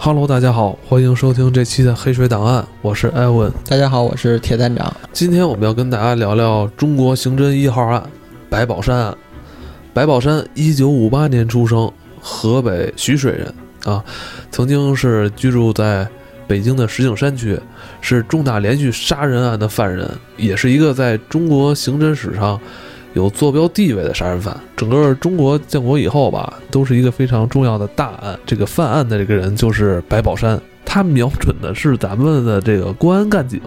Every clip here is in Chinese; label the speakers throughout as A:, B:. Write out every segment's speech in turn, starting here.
A: Hello，大家好，欢迎收听这期的《黑水档案》，我是艾文。
B: 大家好，我是铁站长。
A: 今天我们要跟大家聊聊中国刑侦一号案——白宝山案。白宝山，一九五八年出生，河北徐水人啊，曾经是居住在北京的石景山区，是重大连续杀人案的犯人，也是一个在中国刑侦史上有坐标地位的杀人犯。整个中国建国以后吧，都是一个非常重要的大案。这个犯案的这个人就是白宝山，他瞄准的是咱们的这个公安干警，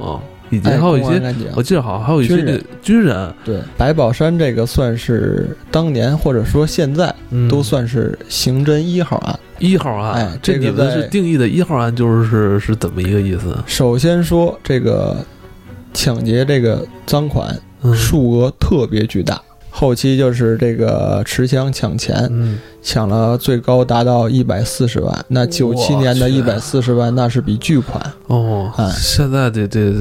A: 以
B: 哎
A: 及还有一些
B: 感觉
A: 我记得好像还有一些
B: 啊军
A: 这
B: 人
A: 军人，
B: 对白宝山这个算是当年或者说现在
A: 嗯
B: 都算是刑侦一号啊案。
A: 一号案。
B: 哎
A: 这
B: 这个
A: 你们是
B: 在
A: 定义的一号案，就是是怎么一个意思？
B: 首先说这个抢劫这个赃款
A: 嗯
B: 数额特别巨大，后期就是这个持枪抢钱，
A: 嗯，
B: 抢了最高达到一百四十万。那九七年的一
A: 去
B: 百四十万那是笔巨款，
A: 哦，
B: 哎
A: 现在得得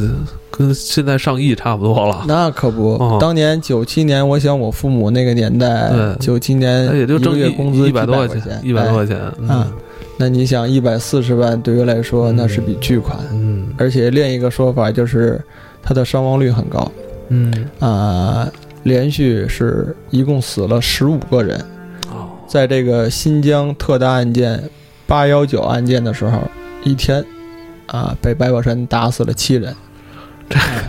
A: 跟现在上亿差不多了。
B: 那可不
A: 哦。
B: 当年九七年，我想我父母那个年代
A: 对，
B: 九七
A: 那
B: 年
A: 也就
B: 一
A: 挣
B: 个月
A: 一
B: 工资
A: 一百多
B: 块
A: 块
B: 钱，
A: 一百多
B: 哎
A: 块钱。
B: 啊
A: 嗯
B: 那你想，一百四十万对于来说
A: 嗯
B: 那是笔巨款，
A: 嗯
B: 而且另一个说法就是他的伤亡率很高
A: 嗯，
B: 啊、连续是一共死了十五个人。
A: 哦，
B: 在这个新疆特大案件八幺九案件的时候，一天啊被白宝山打死了七人，啊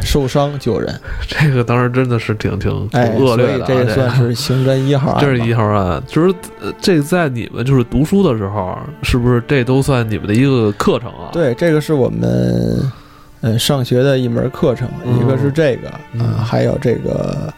B: 受伤九人，
A: 这个当时真的是挺挺挺
B: 哎，
A: 恶
B: 所
A: 劣
B: 以
A: 的啊，
B: 这
A: 这
B: 也算是刑侦 一号案吧。
A: 这是一号案，就是呃这在你们就是读书的时候，是不是这都算你们的一个课程啊？，
B: 对，这个是我们嗯上学的一门课程，
A: 嗯
B: 一个是这个啊、
A: 嗯
B: 还有这个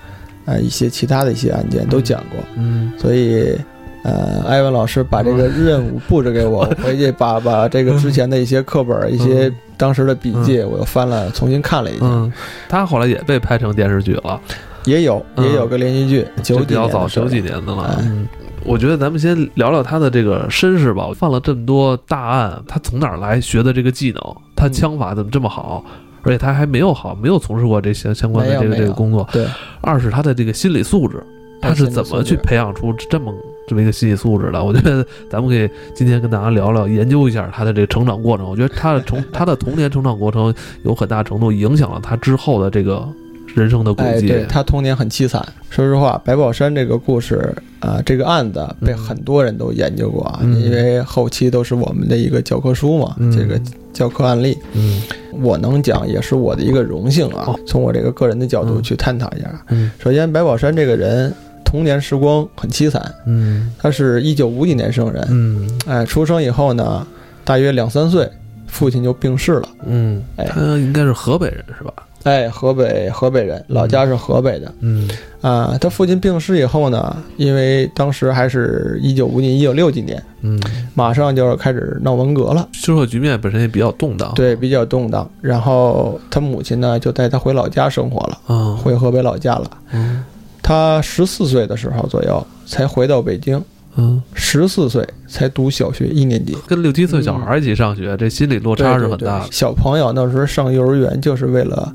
B: 呃一些其他的一些案件都讲过，
A: 嗯，
B: 所以呃，艾文老师把这个任务布置 给我，我回去把把这个之前的一些课本、一些当时的笔记，我又翻了，重新看了一遍，
A: 嗯，他后来也被拍成电视剧了，
B: 也有
A: 嗯
B: 也有个连续剧，
A: 就
B: 九
A: 比
B: 几
A: 较
B: 年
A: 早，
B: 的事儿
A: 九
B: 了
A: 几年的了
B: 哎。
A: 嗯，我觉得咱们先聊聊他的这个身世吧。犯了这么多大案，他从哪儿来学的这个技能？他
B: 嗯
A: 枪法怎么这么好？而且他还没有好，没有从事过这相相关的
B: 没有
A: 这个
B: 没
A: 这
B: 有
A: 个工作。
B: 对，
A: 二是他的这个心理素质，他是怎么去培养出这么这么一个心理素质的？我觉得咱们可以今天跟大家聊聊，研究一下他的这个成长过程。我觉得他的从他的童年成长过程有很大程度影响了他之后的这个人生的轨
B: 哎，
A: 迹。
B: 对他童年很凄惨。说实话，白宝山这个故事啊、这个案子被
A: 嗯
B: 很多人都研究过啊，
A: 嗯
B: 因为后期都是我们的一个教科书嘛，
A: 嗯
B: 这个教科案例，
A: 嗯
B: 我能讲也是我的一个荣幸啊。
A: 哦
B: 从我这个个人的角度
A: 嗯
B: 去探讨一下，
A: 嗯
B: 首先，白宝山这个人童年时光很凄惨，
A: 嗯
B: 他是一九五几年生人，
A: 嗯
B: 哎，出生以后呢，大约两三岁，父亲就病逝了。
A: 嗯，
B: 哎
A: 他应该是河北人是吧？
B: 哎，河北河北人，老家是河北的，
A: 嗯
B: 啊，他父亲病逝以后呢，因为当时还是一九五几、一九六几年，
A: 嗯，
B: 马上就要开始闹文革了，
A: 社会局面本身也比较动荡。
B: 对，比较动荡。然后他母亲呢，就带他回老家生活了，
A: 啊，
B: 回河北老家了。
A: 嗯
B: 他十四岁的时候左右才回到北京，
A: 嗯，
B: 十四岁才读小学一年级，
A: 跟六七岁小孩一起上学，这心理落差是很大
B: 对对
A: 的
B: 对。小朋友那时候上幼儿园就是为了，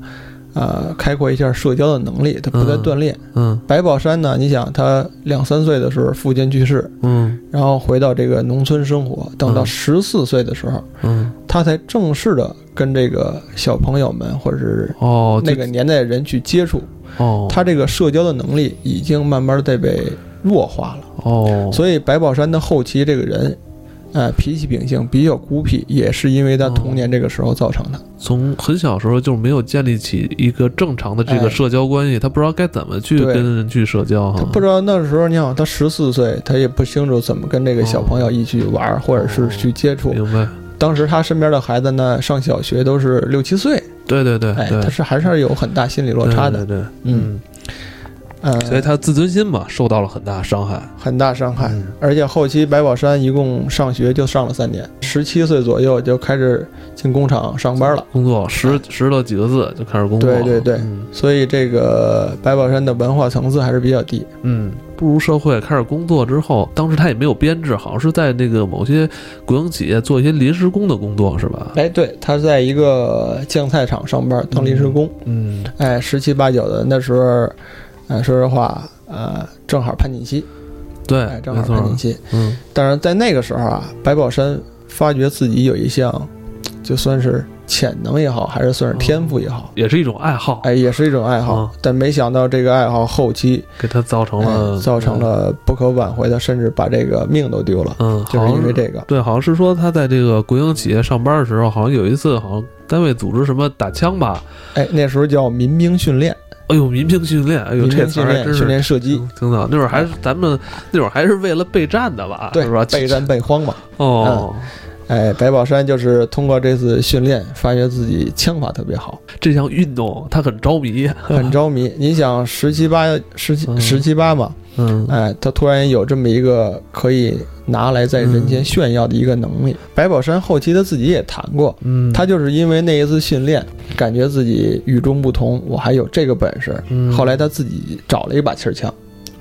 B: 呃，开阔一下社交的能力，他不断
A: 嗯
B: 锻炼。
A: 嗯
B: 白宝山呢，你想他两三岁的时候父亲去世，
A: 嗯
B: 然后回到这个农村生活。等到
A: 嗯
B: 十四岁的时候，
A: 嗯，
B: 他才正式的跟这个小朋友们或者是
A: 哦，
B: 那
A: 这
B: 个年代的人去接触。
A: 哦，
B: 他这个社交的能力已经慢慢在被弱化了。
A: 哦，
B: 所以白宝山的后期这个人，呃，脾气秉性比较孤僻，也是因为他童年这个时候造成的。
A: 从很小时候就没有建立起一个正常的这个
B: 哎
A: 社交关系，他不知道该怎么去
B: 对
A: 跟人去社交
B: 他
A: 哈。
B: 不知道那时候，你想他十四岁，他也不清楚怎么跟这个小朋
A: 哦
B: 友一起玩儿，或者是去接触。
A: 明白？
B: 当时他身边的孩子呢，上小学都是六七岁，
A: 对对对，
B: 哎，
A: 对
B: 他是还是有很大心理落差的，
A: 对对，对
B: 嗯，呃，
A: 嗯所以他自尊心嘛受到了很大伤害。
B: 很大伤害。
A: 嗯
B: 而且后期白宝山一共上学就上了三年，十七岁左右就开始进工厂上班了。
A: 工作识识了几个字就开始工作了，
B: 哎对对对
A: 嗯
B: 所以这个白宝山的文化层次还是比较低。
A: 嗯，步入社会开始工作之后，当时他也没有编制，好像是在那个某些国营企业做一些临时工的工作，是吧？
B: 哎，对，他在一个酱菜厂上班当临时工。
A: 嗯，
B: 哎，十七八九的那时候，呃，说实话，呃，正好叛逆期，
A: 对
B: 哎，，正
A: 没
B: 好叛逆
A: 错，
B: 期。
A: 嗯
B: 但是在那个时候啊，白宝山发觉自己有一项，就算是潜能也好，还是算是天赋也好，
A: 也是一种爱好，
B: 哎，也是一种爱好。
A: 嗯
B: 但没想到这个爱好后期、
A: 给他造成了、
B: 哎造成了不可挽回的，甚至把这个命都丢了，
A: 嗯，
B: 就是因为
A: 好像
B: 这个。
A: 对，好像是说他在这个国营企业上班的时候，好像有一次好像单位组织什么打枪吧，
B: 哎，那时候叫民兵训练，
A: 哎呦，民兵训练，哎呦，
B: 民
A: 这
B: 兵
A: 词
B: 训
A: 儿还
B: 练
A: 真
B: 训
A: 是。
B: 练射击，
A: 挺早，那会儿还是咱们那会儿还是为了备战的吧，
B: 对
A: 是吧？，
B: 备战备荒嘛。
A: 哦，
B: 哎，白宝山就是通过这次训练，发觉自己枪法特别好，
A: 这项运动他很着迷，
B: 很着迷。你想十七八十七
A: 嗯
B: 十七八嘛，
A: 嗯，
B: 哎，他突然有这么一个可以拿来在人
A: 嗯
B: 前炫耀的一个能力。白宝山后期他自己也谈过，
A: 嗯，
B: 他就是因为那一次训练，感觉自己与众不同，我还有这个本事。
A: 嗯
B: 后来他自己找了一把气儿枪，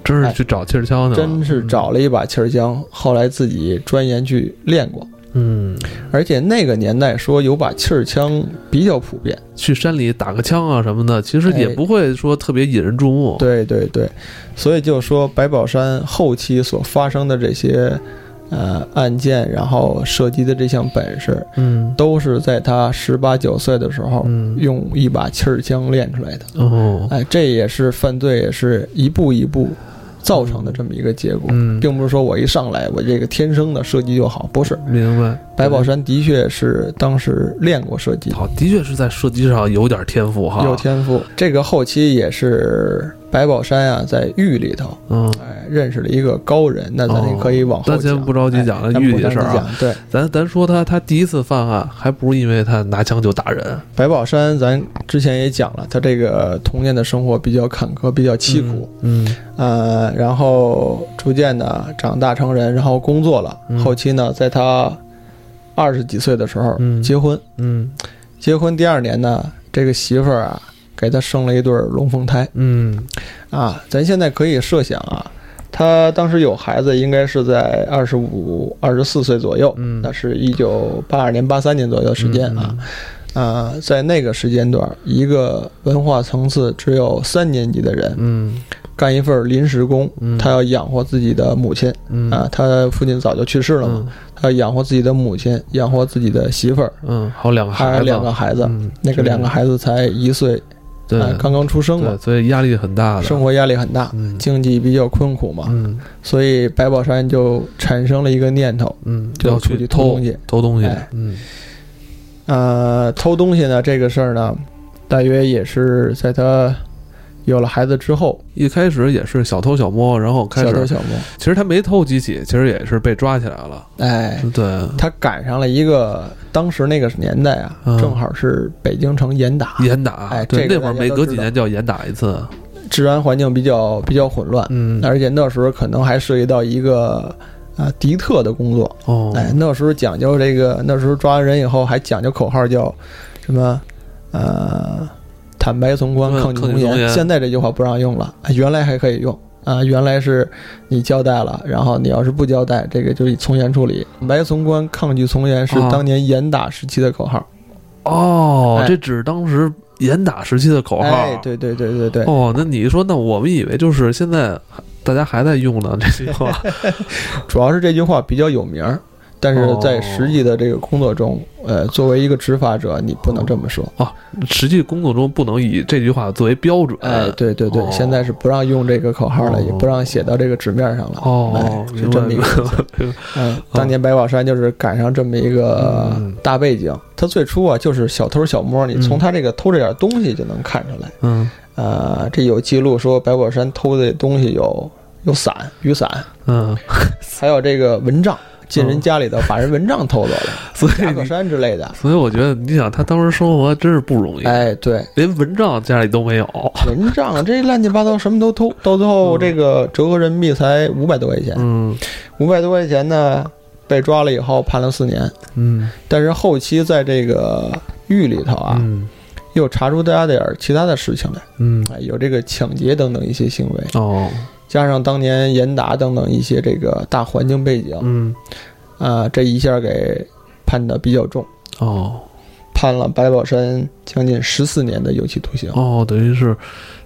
A: 真
B: 哎
A: 是去找气儿枪去了，
B: 真是找了一把气儿枪。后来自己钻研去练过，
A: 嗯，
B: 而且那个年代说有把气儿枪比较普遍。
A: 去山里打个枪啊什么的，其实也
B: 哎
A: 不会说特别引人注目。，
B: 对对对，所以就说白宝山后期所发生的这些呃案件，然后射击的这项本事，
A: 嗯
B: 都是在他十八九岁的时候、
A: 嗯，
B: 用一把气儿枪练出来的。
A: 哦，
B: 哎，这也是犯罪，也是一步一步造成的这么一个结果。
A: 嗯，
B: 并不是说我一上来我这个天生的射击就好，不是。
A: 明白。
B: 白宝山的确是当时练过射击，
A: 好，的确是在射击上有点天赋哈。
B: 有，天赋。这个后期也是白宝山啊，在狱里头
A: 嗯，
B: 哎，认识了一个高人，那咱也可以往后
A: 哦咱
B: 讲。
A: 先不着急讲
B: 哎咱
A: 玉
B: 不
A: 里的
B: 着
A: 事儿
B: 急
A: 啊。
B: 讲。对，
A: 咱咱说他，他第一次犯案，还不是因为他拿枪就打人，
B: 白宝山咱之前也讲了，他这个童年的生活比较坎坷，比较凄苦。
A: 嗯。嗯，
B: 呃，然后逐渐的长大成人，然后工作了。
A: 嗯
B: 后期呢，在他二十几岁的时候、
A: 嗯
B: 结婚，
A: 嗯
B: 结婚第二年呢，这个媳妇儿啊给他生了一对儿龙凤胎
A: 嗯，
B: 啊。咱现在可以设想啊，他当时有孩子，应该是在二十五、二十四岁左右。
A: 嗯
B: 那是一九八二年、八三年左右的时间啊，
A: 嗯
B: 啊、在那个时间段，一个文化层次只有三年级的人
A: 嗯，
B: 干一份临时工，
A: 嗯，
B: 他要养活自己的母亲
A: 嗯
B: 啊，他父亲早就去世了嘛，
A: 嗯
B: 他要养活自己的母亲，养活自己的媳妇儿，
A: 嗯，还有两个
B: 还
A: 孩
B: 有
A: 子，
B: 两个孩子，
A: 嗯
B: 那个两个孩子才一岁，
A: 对
B: 啊，刚刚出生嘛
A: 对，，所以压力很大的
B: 生活压力很大，
A: 嗯
B: 经济比较困苦嘛，
A: 嗯
B: 所以白宝山就产生了一个念头，
A: 嗯，
B: 就
A: 要
B: 出
A: 去
B: 去
A: 偷
B: 偷东西
A: 偷东西
B: 哎，
A: 嗯
B: 呃，偷东西呢这个事儿呢，大约也是在他有了孩子之后，
A: 一开始也是小偷小摸，然后开
B: 小偷
A: 始
B: 小摸，
A: 其实他没偷几起，其实也是被抓起来了。
B: 哎，
A: 对，
B: 他赶上了一个当时那个年代啊，
A: 嗯
B: 正好是北京城严打，
A: 严打，
B: 哎
A: 对，
B: 这个
A: 那会儿
B: 大家
A: 每
B: 都
A: 隔
B: 知
A: 几
B: 道
A: 年就要严打一次。
B: 治安环境比较比较混乱，
A: 嗯，
B: 而且那时候可能还涉及到一个啊敌特的工作，
A: 哦，
B: 哎，那时候讲究这个，那时候抓完人以后还讲究口号叫什么呃坦白从宽，
A: 嗯
B: 抗拒
A: 抗拒
B: 从
A: 从严
B: 严，现在这句话不让用了，哎原来还可以用。啊，原来是你交代了，然后你要是不交代，这个就以从严处理。坦白从宽，抗拒从严是
A: 啊
B: 当年严打时期的口号。
A: 哦，
B: 哎
A: 这只是当时严打时期的口号。
B: 哎，对对对对对，
A: 哦，那你说，那我们以为就是现在大家还在用呢这句 话。
B: 主要是这句话比较有名儿，但是
A: 哦
B: 在实际的这个工作中，呃，作为一个执法者，你不能这么说。
A: 实际工作中不能以这句话作为标准。
B: 哎，对对对，
A: 哦
B: 现在是不让用这个口号了，
A: 哦
B: 也不让写到这个纸面上了。
A: 哦
B: 哎，
A: 明
B: 是
A: 白
B: 这么一个现象。嗯，当年白宝山就是赶上这么一个
A: 嗯
B: 大背景。他最初啊就是小偷小摸，你
A: 嗯
B: 从他这个偷这点东西就能看出来。
A: 嗯
B: 呃，这有记录说白宝山偷的东西有有伞、雨伞，
A: 嗯，
B: 还有这个蚊帐，进人家里头把人蚊帐偷走了，
A: 所以
B: 夹克
A: 你
B: 衫之类的。
A: 所以我觉得，你想他当时生活真是不容易，
B: 哎，对，
A: 连蚊帐家里都没有。
B: 蚊帐这乱七八糟什么都偷，到最后
A: 嗯
B: 这个折合人民币才五百多块钱，
A: 嗯
B: 五百多块钱呢，被抓了以后判了四年，
A: 嗯
B: 但是后期在这个狱里头啊，
A: 嗯
B: 又查出他点儿其他的事情来，
A: 嗯
B: 哎，有这个抢劫等等一些行为，
A: 哦
B: 加上当年严打等等一些这个大环境背景
A: 嗯
B: 啊、这一下给判的比较重，
A: 哦
B: 判了白宝山将近十四年的有期徒刑。
A: 哦，等于是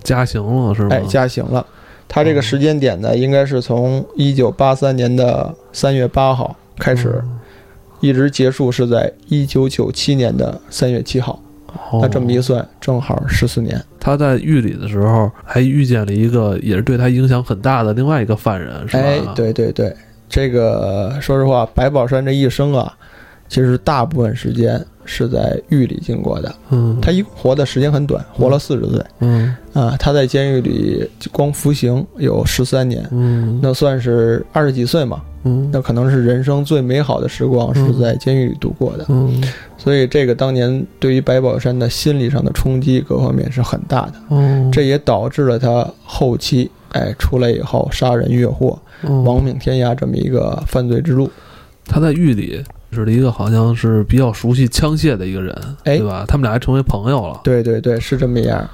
A: 加刑了是吗？嗯
B: 哎，加刑了。他这个时间
A: 嗯
B: 点呢，应该是从一九八三年的三月八号开始，一直结束是在一九九七年的三月七号。那这么一
A: 哦
B: 算，正好十四年。
A: 他在狱里的时候还遇见了一个也是对他影响很大的另外一个犯人，是吧？
B: 哎，，对对对，这个说实话，白宝山这一生啊，其实大部分时间是在狱里经过的。
A: 嗯，
B: 他一共活的时间很短，活了四十岁
A: 嗯
B: 啊。他在监狱里光服刑有十三年，
A: 嗯，
B: 那算是二十几岁嘛，
A: 嗯
B: 那可能是人生最美好的时光是
A: 嗯
B: 在监狱里度过的。
A: 嗯
B: 所以这个当年对于白宝山的心理上的冲击各方面是很大的，
A: 哦，
B: 这也导致了他后期哎出来以后杀人越货。
A: 哦
B: 亡命天涯这么一个犯罪之路。
A: 他在狱里是一个好像是比较熟悉枪械的一个人，
B: 哎
A: 对吧？他们俩还成为朋友了。
B: 对对对，是这么一样。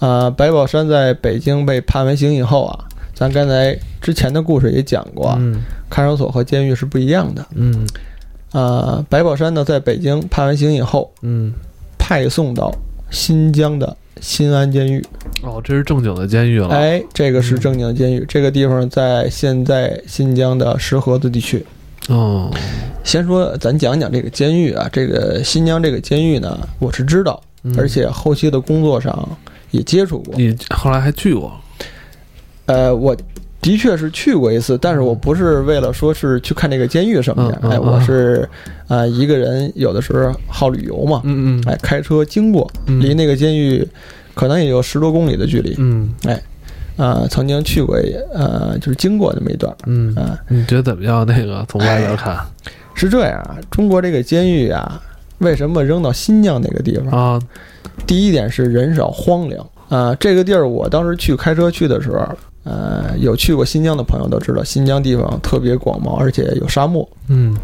B: 啊、白宝山在北京被判完刑以后啊，咱刚才之前的故事也讲过啊，
A: 嗯
B: 看守所和监狱是不一样的。
A: 嗯
B: 啊、白宝山呢，在北京判完刑以后，
A: 嗯，
B: 派送到新疆的新安监狱。
A: 哦，这是正经的监狱了。
B: 哎，这个是正经监狱，这个地方在现在新疆的石河子地区。
A: 哦，
B: 先说，咱讲讲这个监狱啊，这个新疆这个监狱呢，我是知道，
A: 嗯
B: 而且后期的工作上也接触过。
A: 你后来还去过，
B: 啊呃，我的确是去过一次，但是我不是为了说是去看这个监狱什么样，
A: 嗯嗯
B: 哎，
A: 嗯
B: 我是呃一个人有的时候好旅游嘛，
A: 嗯
B: 哎，开车经过，
A: 嗯
B: 离那个监狱可能也有十多公里的距离
A: 嗯
B: 啊、曾经去过呃就是经过那么一段
A: 嗯
B: 啊、
A: 嗯，你觉得怎么样？那个从外边看
B: 是这样啊，中国这个监狱啊，为什么扔到新疆那个地方？
A: 啊，
B: 第一点是人少荒凉啊、这个地儿我当时去开车去的时候，呃，有去过新疆的朋友都知道，新疆地方特别广袤，而且有沙漠，
A: 嗯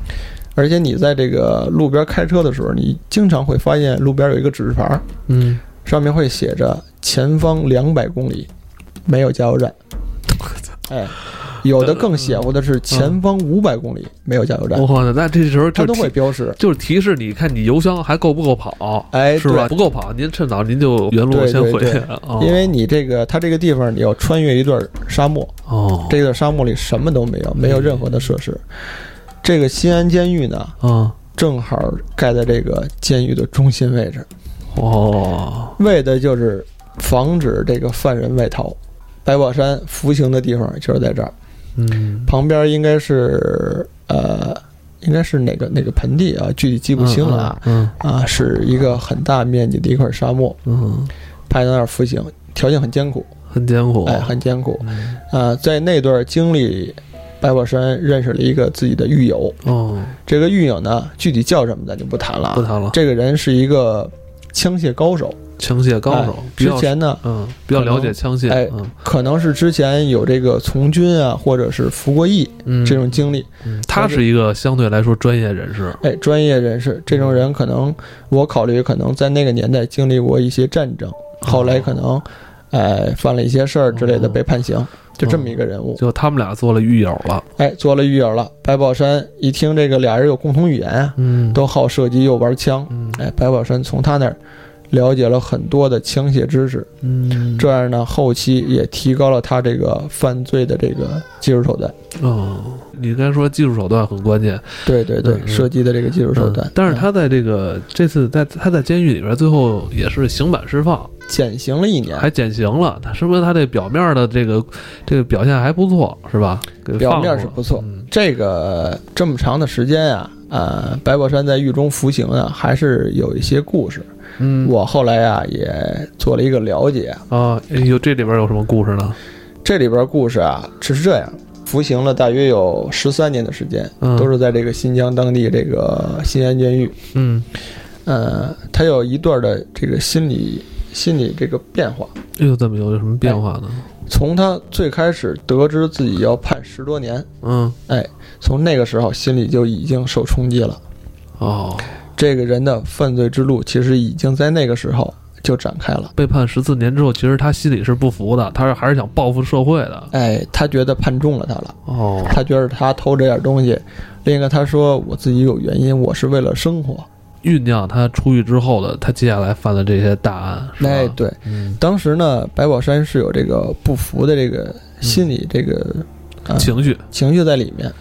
B: 而且你在这个路边开车的时候，你经常会发现路边有一个指示牌，
A: 嗯，
B: 上面会写着“前方两百公里，没有加油站”。哎，有
A: 嗯
B: 的更邪乎的是“前方五百公里，没有加油站
A: 我靠，那这时候”，
B: 它
A: 哦就
B: 都会
A: 提
B: 标识。
A: 就是提示你看你油箱还够不够跑，
B: 哎，
A: 是吧？不够跑，您趁早您就原路
B: 对
A: 先
B: 对
A: 回去
B: 对，
A: 哦
B: 对？因为你这个，它这个地方你要穿越一段沙漠，
A: 哦，嗯
B: 这个沙漠里什么都没有，没有任何的设施。这个新安监狱呢，
A: 啊
B: 正好盖在这个监狱的中心位置，
A: 哦，
B: 为的就是防止这个犯人外逃。白宝山服刑的地方就是在这儿，
A: 嗯，
B: 旁边应该是呃，应该是哪个哪个盆地啊，具体记不清了啊。
A: 嗯，
B: 啊，是一个很大面积的一块沙漠，
A: 嗯嗯，
B: 派到那儿服刑，条件很艰苦，
A: 很艰苦，
B: 哎，很艰苦。
A: 嗯
B: 啊，在那段经历里，白宝山认识了一个自己的狱友，
A: 哦，
B: 这个狱友呢，具体叫什么咱就不谈了啊。
A: 不谈了，
B: 这个人是一个枪械高手，
A: 枪械高手，比
B: 哎之
A: 较
B: 前呢
A: 嗯比较了解枪械，
B: 哎
A: 嗯
B: 可能是之前有这个从军啊，或者是服过役
A: 嗯，
B: 这种经历。
A: 嗯他是一个相对来说专业人士，
B: 哎，专业人士这种人，可能我考虑可能在那个年代经历过一些战争，后来可
A: 哦
B: 能，哎，犯了一些事儿之类的
A: 嗯
B: 被判刑，就这么一个人物。
A: 哦就他们俩做了狱友了，
B: 哎，做了狱友了。白宝山一听这个俩人有共同语言啊，
A: 嗯，
B: 都好射击又玩枪，
A: 嗯
B: 哎，白宝山从他那儿了解了很多的枪械知识。
A: 嗯
B: 这样呢，后期也提高了他这个犯罪的这个技术手段。
A: 哦，你刚才说技术手段很关键，
B: 对对对
A: 嗯，嗯
B: 射击的这个技术手段
A: 嗯。但是
B: 嗯
A: 他在这个这次在他在监狱里边，最后也是刑满释放，
B: 减刑了一年，
A: 还减刑了，他说明他这表面的这个这个表现还不错，是吧？给
B: 表
A: 放
B: 面
A: 过
B: 是
A: 了
B: 不错
A: 嗯
B: 这个这么长的时间啊，呃，白宝山在狱中服刑呢，还是有一些故事。
A: 嗯，
B: 我后来啊也做了一个了解，
A: 啊，有这里边有什么故事呢？
B: 这里边故事啊只是这样。服刑了大约有十三年的时间，
A: 嗯，
B: 都是在这个新疆当地这个新安监狱。
A: 嗯，
B: 呃，他有一段的这个心理心理这个变化，
A: 又哎怎么有什么变化呢？
B: 从他最开始得知自己要判十多年，
A: 嗯，
B: 从那个时候心里就已经受冲击了。
A: 哦，
B: 这个人的犯罪之路其实已经在那个时候就展开了。
A: 被判十四年之后，其实他心里是不服的，他是还是想报复社会的。
B: 哎，他觉得判中了他了，
A: 哦，
B: 他觉得他偷这点东西。另一个，他说我自己有原因，我是为了生活。
A: 酝酿他出狱之后的他接下来犯的这些大案，是吧？
B: 哎，对，
A: 嗯，
B: 当时呢，白宝山是有这个不服的这个心理这个、呃
A: 嗯情绪，
B: 情绪在里面。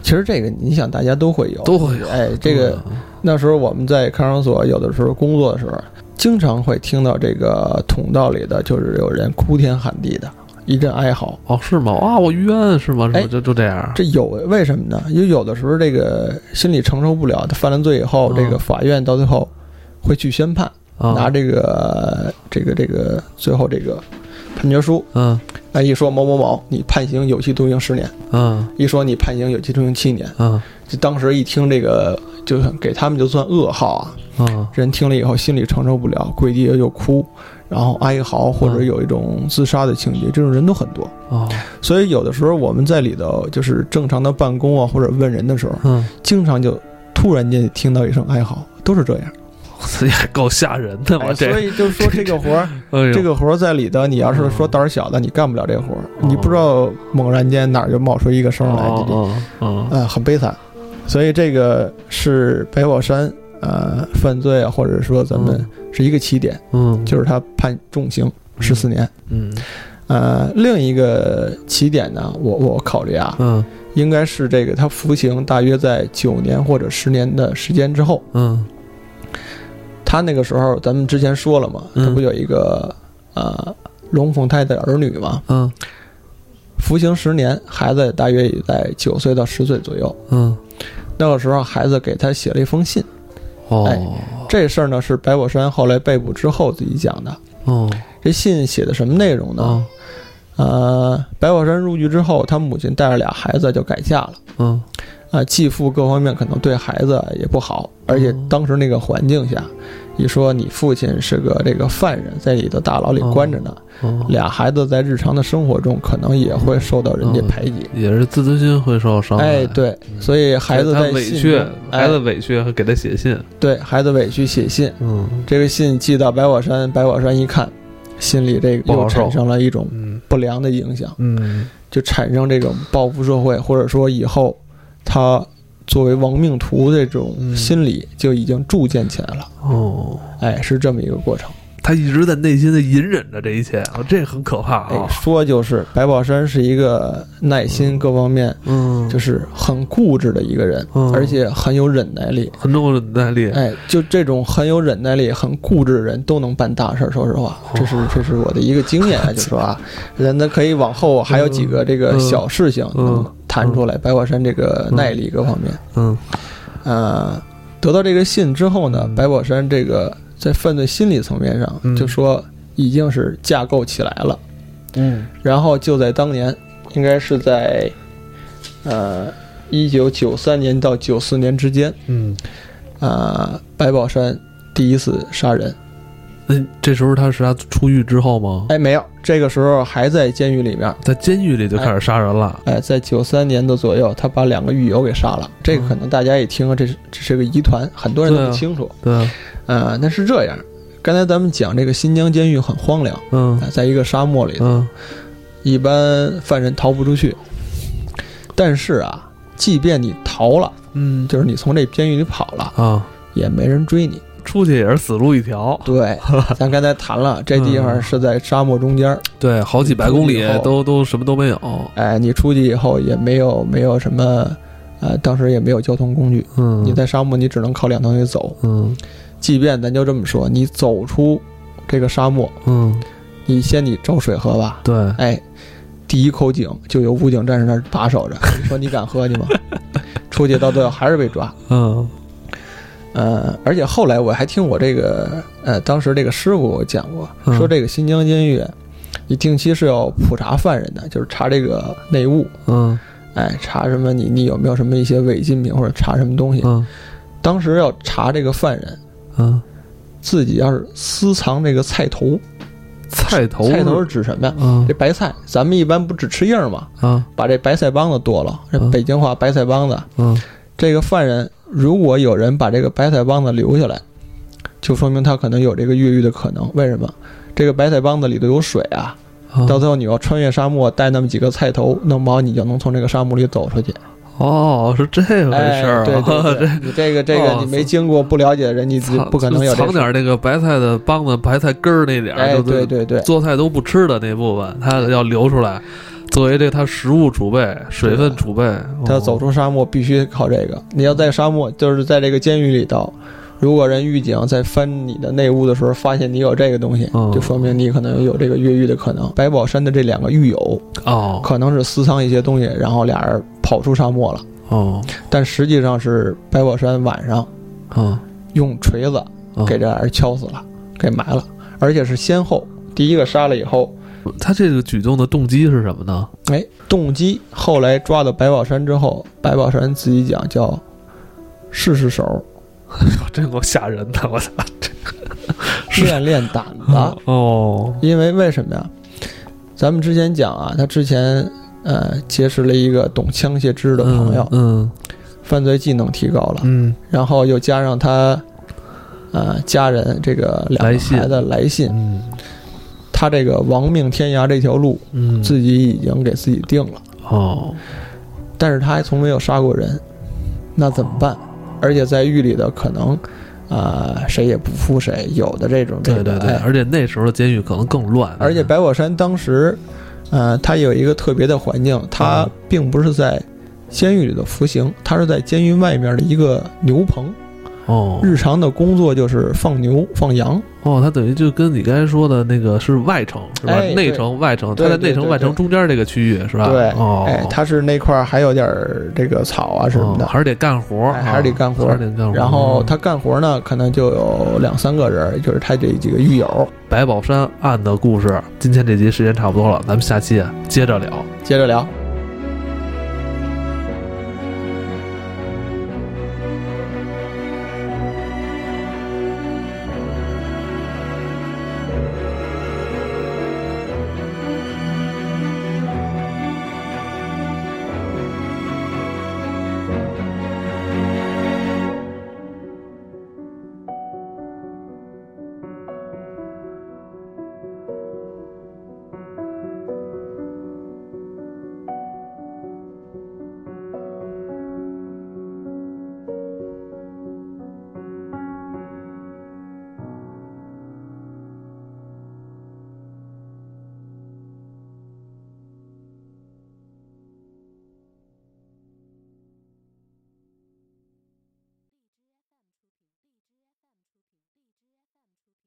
B: 其实这个你想，大家都会有，
A: 都会有。
B: 哎，这个那时候我们在看守所，有的时候工作的时候，经常会听到这个通道里的，就是有人哭天喊地的，一阵哀嚎。
A: 哦，是吗？啊，我冤是吗？是
B: 哎
A: 吗就就这样。
B: 这有为什么呢？因为有的时候这个心理承受不了，他犯了罪以后，
A: 嗯
B: 这个法院到最后会去宣判，
A: 啊
B: 拿这个这个这个最后这个判决书，
A: 嗯
B: 哎，一说某某某，你判刑有期徒刑十年，
A: 嗯
B: 一说你判刑有期徒刑七年，
A: 嗯
B: 就当时一听这个，就给他们就算噩耗啊。
A: 嗯
B: 人听了以后心里承受不了，跪地就哭，然后哀嚎，或者有一种自杀的情节，这种人都很多。
A: 哦
B: 所以有的时候我们在里头就是正常的办公啊，或者问人的时候，
A: 嗯，
B: 经常就突然间听到一声哀嚎，都是这样。
A: 这也够吓人的嘛。
B: 哎、
A: 这
B: 所以就是说这个活儿，
A: 哎呦嗯哦
B: 这个活儿在里头，你要是说胆儿小的，你干不了这活儿，你不知道猛然间哪儿就冒出一个声来，你就
A: 哦哦哦
B: 呃很悲惨。所以这个是白宝山呃犯罪啊，或者说咱们是一个起点。
A: 嗯
B: 就是他判重刑十四年。
A: 嗯
B: 呃，另一个起点呢，我我考虑啊，
A: 嗯
B: 应该是这个他服刑大约在九年或者十年的时间之后，
A: 嗯
B: 他那个时候咱们之前说了嘛，
A: 嗯
B: 他不有一个呃龙凤胎的儿女嘛，
A: 嗯
B: 服刑十年，孩子大约也在九岁到十岁左右。
A: 嗯
B: 那个时候，孩子给他写了一封信，
A: 哦
B: 这事儿呢是白宝山后来被捕之后自己讲的。
A: 哦
B: 这信写的什么内容呢？
A: 哦
B: 呃，白宝山入狱之后，他母亲带着俩孩子就改嫁了。
A: 嗯
B: 啊、继父各方面可能对孩子也不好，而
A: 哦
B: 且当时那个环境下，一说你父亲是个这个犯人，在里头大牢里关着呢，
A: 哦，
B: 俩孩子在日常的生活中可能也会受到
A: 哦
B: 人家排挤。
A: 也是自尊心会受伤害。
B: 哎，对，所以孩子
A: 嗯他
B: 在
A: 委
B: 信
A: 屈
B: 中，哎
A: 孩子委屈还给他写信。
B: 对孩子委屈写信，
A: 嗯
B: 这个信寄到白宝山，白宝山一看，心里这
A: 不
B: 个
A: 好
B: 又
A: 受
B: 产生了一种
A: 嗯
B: 不良的影响。
A: 嗯
B: 就产生这种报复社会，或者说以后他作为亡命徒这种
A: 嗯
B: 心理就已经铸建起来了。
A: 哦。
B: 哎，是这么一个过程。
A: 他一直在内心的隐忍着这一切，啊，这很可怕
B: 哎，
A: 啊！
B: 说就是白宝山是一个耐心各方面
A: 嗯，
B: 就是很固执的一个人，
A: 嗯
B: 而且很有忍耐力。
A: 很有忍耐力。
B: 哎，就这种很有忍耐力、很固执的人都能办大事儿。说实话，这是这是我的一个经验 啊，就说啊，人呢可以往后还有几个这个
A: 嗯
B: 小事情
A: 嗯
B: 能谈出来。白宝山这个耐力各方面。
A: 嗯
B: 呃，得到这个信之后呢
A: 嗯，
B: 白宝山这个在犯罪心理层面上，
A: 嗯
B: 就说已经是架构起来了。
A: 嗯
B: 然后就在当年，应该是在呃一九九三年到九四年之间，
A: 嗯，
B: 呃，白宝山第一次杀人。
A: 那这时候他是他出狱之后吗？
B: 哎，没有，这个时候还在监狱里面。
A: 在监狱里就开始杀人了。
B: 哎，在九三年的左右，他把两个狱友给杀了。这个可能大家一听，这是这是个疑团，很多人都
A: 对
B: 不
A: 啊
B: 清楚。
A: 对，
B: 呃，那是这样。刚才咱们讲这个新疆监狱很荒凉，
A: 嗯
B: 啊，在一个沙漠里，
A: 嗯
B: 一般犯人逃不出去。但是啊，即便你逃了，
A: 嗯，
B: 就是你从这监狱里跑了，
A: 啊，
B: 也没人追你。
A: 出去也是死路一条。
B: 对，咱刚才谈了，这地方是在沙漠中间儿，
A: 对，好几百公
B: 出
A: 里
B: 去以后
A: 都都什么都没有。
B: 哎，你出去以后也没有没有什么，呃，当时也没有交通工具，
A: 嗯，
B: 你在沙漠你只能靠两条腿走。
A: 嗯
B: 即便咱就这么说，你走出这个沙漠，
A: 嗯，
B: 你先你找水喝吧，
A: 对，
B: 哎，第一口井就有武警战士那儿把守着， 你说你敢喝你吗？ 出去到最后还是被抓。
A: 嗯
B: 呃，而且后来我还听我这个呃，当时这个师傅给我讲过，
A: 嗯
B: 说这个新疆监狱，你定期是要普查犯人的，就是查这个内务，
A: 嗯
B: 哎，查什么你你有没有什么一些违禁品或者查什么东西。
A: 嗯
B: 当时要查这个犯人
A: 嗯，
B: 自己要是私藏这个菜头，
A: 菜头
B: 菜头是指什么呀？
A: 嗯
B: 这白菜，咱们一般不只吃叶儿吗？
A: 啊
B: 把这白菜帮子剁了，这
A: 嗯
B: 北京话白菜帮子。
A: 嗯
B: 这个犯人如果有人把这个白菜帮子留下来，就说明他可能有这个越狱的可能。为什么？这个白菜帮子里头有水啊，
A: 啊
B: 到最后你要穿越沙漠，带那么几个菜头，弄不好你就能从这个沙漠里走出去。
A: 哦，是这回
B: 哎
A: 事儿啊！
B: 对对 哎对，你这个这个
A: 哦
B: 你没经过不了解的人，你
A: 藏
B: 不可能有这
A: 藏
B: 事。
A: 点儿那个白菜的帮子、白菜根儿那点儿，
B: 哎，
A: 就
B: 对
A: 是
B: 对对，
A: 做菜都不吃的那部分，它要流出来，作为这他食物储备、水分储备，
B: 嗯
A: 哦
B: 他走
A: 出
B: 出沙漠必须靠这个。你要在沙漠，就是在这个监狱里头，如果人狱警在翻你的内屋的时候发现你有这个东西
A: 嗯，
B: 就说明你可能有这个越狱的可能。白宝山的这两个狱友
A: 哦
B: 可能是私藏一些东西，然后俩人跑出沙漠了，
A: 哦
B: 但实际上是白宝山晚上
A: 哦
B: 用锤子
A: 哦，
B: 给这俩人敲死了，给埋了，而且是先后，第一个杀了以后。
A: 他这个举动的动机是什么呢？
B: 哎，动机后来抓到白宝山之后，白宝山自己讲叫试试手，
A: 真够吓人的，我操！是
B: 练练胆子。
A: 哦，
B: 因为为什么呀？咱们之前讲啊，他之前呃结识了一个懂枪械知识的朋友，
A: 嗯
B: 犯罪技能提高了，
A: 嗯
B: 然后又加上他呃家人这个两
A: 来
B: 个
A: 信
B: 孩子来信，
A: 嗯
B: 他这个亡命天涯这条路
A: 嗯，
B: 自己已经给自己定了，
A: 哦
B: 但是他还从没有杀过人，那怎么办？而且在狱里的可能，啊、谁也不负谁，有的这种这
A: 对
B: 个
A: 对对，
B: 哎
A: 而且那时候的监狱可能更乱，
B: 而且白宝山当时，呃，他有一个特别的环境，他
A: 嗯
B: 并不是在监狱里的服刑，他是在监狱外面的一个牛棚，
A: 哦
B: 日常的工作就是放牛放羊。
A: 哦，他等于就跟你刚才说的那个是外城是吧？
B: 哎对
A: 内城外城，他
B: 对
A: 在内
B: 对
A: 城
B: 对
A: 外城
B: 对
A: 中间这个区域是吧？
B: 对
A: 哦，
B: 哎，他是那块儿还有点儿这个草啊什么
A: 哦
B: 的。
A: 还是得干活，
B: 哎还是得干活
A: 啊还是得干活。
B: 然后他干活呢，可能就有两三个人，就是他这几个狱友。
A: 白宝山案的故事，今天这集时间差不多了，咱们下期接着聊。
B: 接着聊。